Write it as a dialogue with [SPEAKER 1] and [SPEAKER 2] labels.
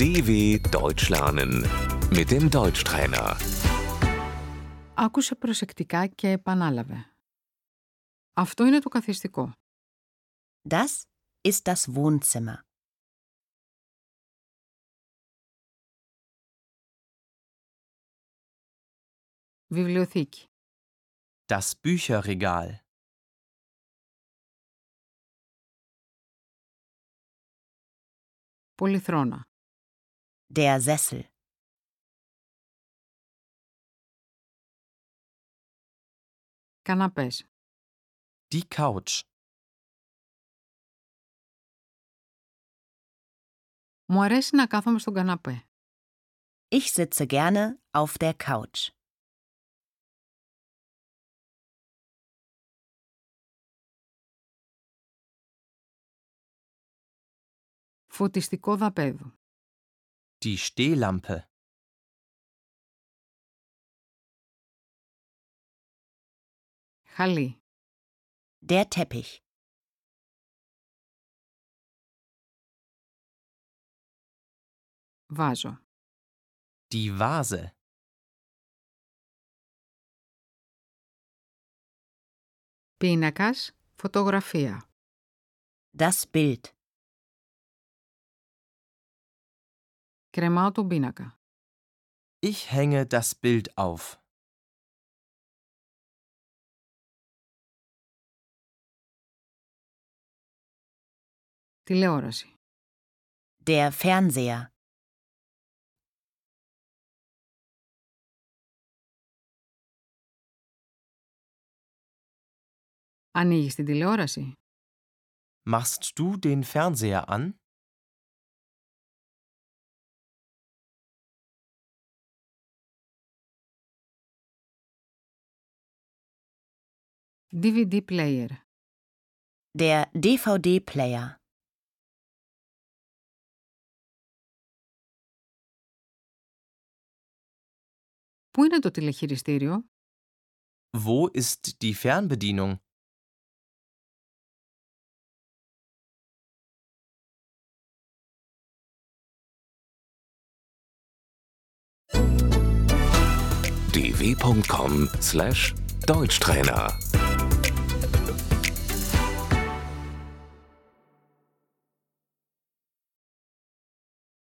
[SPEAKER 1] DW Deutsch lernen mit dem Deutschtrainer.
[SPEAKER 2] Άκουσε προσεκτικά και επανάλαβε. Αυτό είναι το καθιστικό.
[SPEAKER 3] Das ist das Wohnzimmer.
[SPEAKER 2] Βιβλιοθήκη.
[SPEAKER 4] Das Bücherregal.
[SPEAKER 2] Πολυθρόνα.
[SPEAKER 3] Der Sessel.
[SPEAKER 2] Καναπές.
[SPEAKER 4] Die Couch.
[SPEAKER 2] Μου αρέσει να κάθομαι στον καναπέ.
[SPEAKER 3] Ich sitze gerne auf der Couch.
[SPEAKER 2] Φωτιστικό δαπέδο.
[SPEAKER 4] Die Stehlampe.
[SPEAKER 2] Χαλί.
[SPEAKER 3] Der Teppich.
[SPEAKER 2] Βάζο.
[SPEAKER 4] Die Vase.
[SPEAKER 2] Πίνακας. Φωτογραφία.
[SPEAKER 3] Das Bild.
[SPEAKER 2] Κρεμάω τον πίνακα.
[SPEAKER 4] Ich hänge das Bild auf.
[SPEAKER 2] Τηλεόραση.
[SPEAKER 3] Der Fernseher.
[SPEAKER 2] Ανοίγεις την τηλεόραση.
[SPEAKER 4] Machst du den Fernseher an?
[SPEAKER 2] DVD player.
[SPEAKER 3] Der DVD-Player.
[SPEAKER 2] Πού είναι το τηλεχειριστήριο?
[SPEAKER 4] Wo ist die Fernbedienung?
[SPEAKER 1] dw.com/deutschtrainer